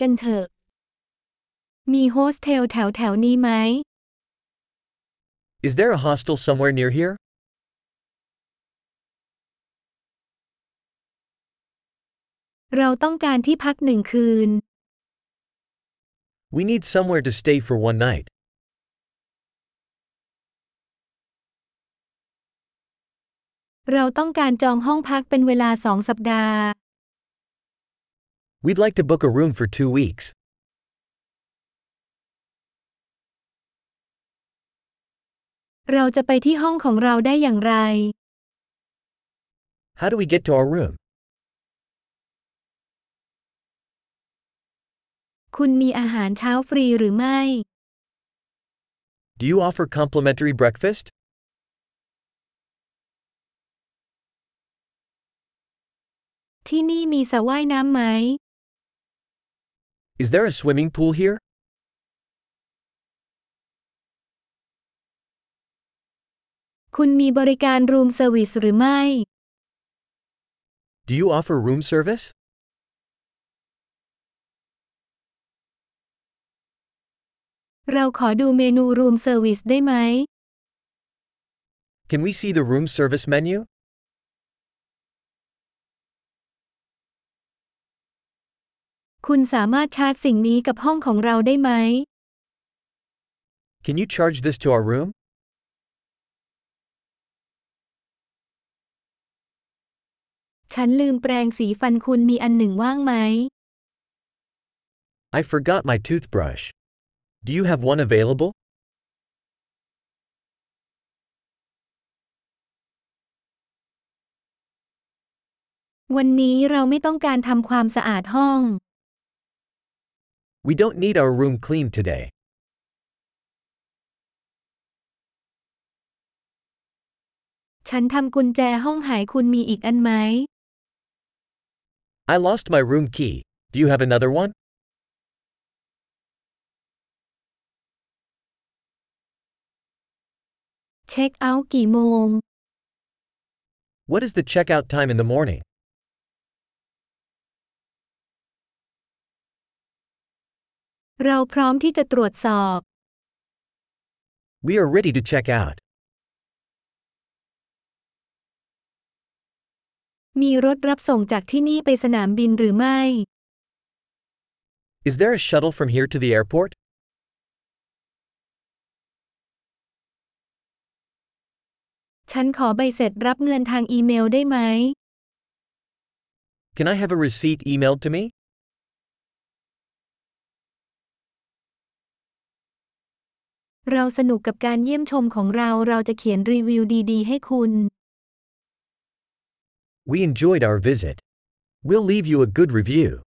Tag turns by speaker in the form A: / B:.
A: กันเถอะ มีโฮสเทลแถวแถวๆนี้ไหม
B: Is there a hostel somewhere near here?
A: เราต้องการที่พักหนึ่งคืน
B: We need somewhere to stay for one night.
A: เราต้องการจองห้องพักเป็นเวลาสองสัปดาห์
B: We'd like to book a room for two weeks.
A: เราจะไปที่ห้องของเราได้อย่างไร
B: How do we get to our room?
A: คุณมีอาหารเช้าฟรีหรือไม่
B: Do you offer complimentary breakfast?
A: ที่นี่มีสระว่ายน้ำไหม
B: Is there a swimming pool here?
A: คุณมีบริการรูมเซอร์วิสหรือไม่
B: Do you offer room service?
A: เราขอดูเมนูรูมเซอร์วิสได้ไหม
B: Can we see the room service menu?
A: คุณสามารถชาร์จสิ่งนี้กับห้องของเราได้ไหม
B: Can you charge this to our room?
A: ฉันลืมแปรงสีฟันคุณมีอันหนึ่งว่างไหม
B: I forgot my toothbrush. Do you have one available?
A: วันนี้เราไม่ต้องการทำความสะอาดห้อง
B: We don't need our room cleaned today.
A: ฉันทำกุญแจห้องหายคุณมีอีกอันไหม
B: I lost my room key. Do you have another one?
A: เช็คเอาท์กี่โมง
B: What is the checkout time in the morning?
A: เราพร้อมที่จะตรวจสอบ
B: We are ready to check out.
A: มีรถรับส่งจากที่นี่ไปสนามบินหรือไม่
B: Is there a shuttle from here to the airport?
A: ฉันขอใบเสร็จรับเงินทางอีเมลได้ไหม
B: Can I have a receipt emailed to me?
A: เราสนุกกับการเยี่ยมชมของเราเราจะเขียนรีวิวดีๆ ให้คุณ
B: We enjoyed our visit. We'll leave you a good review.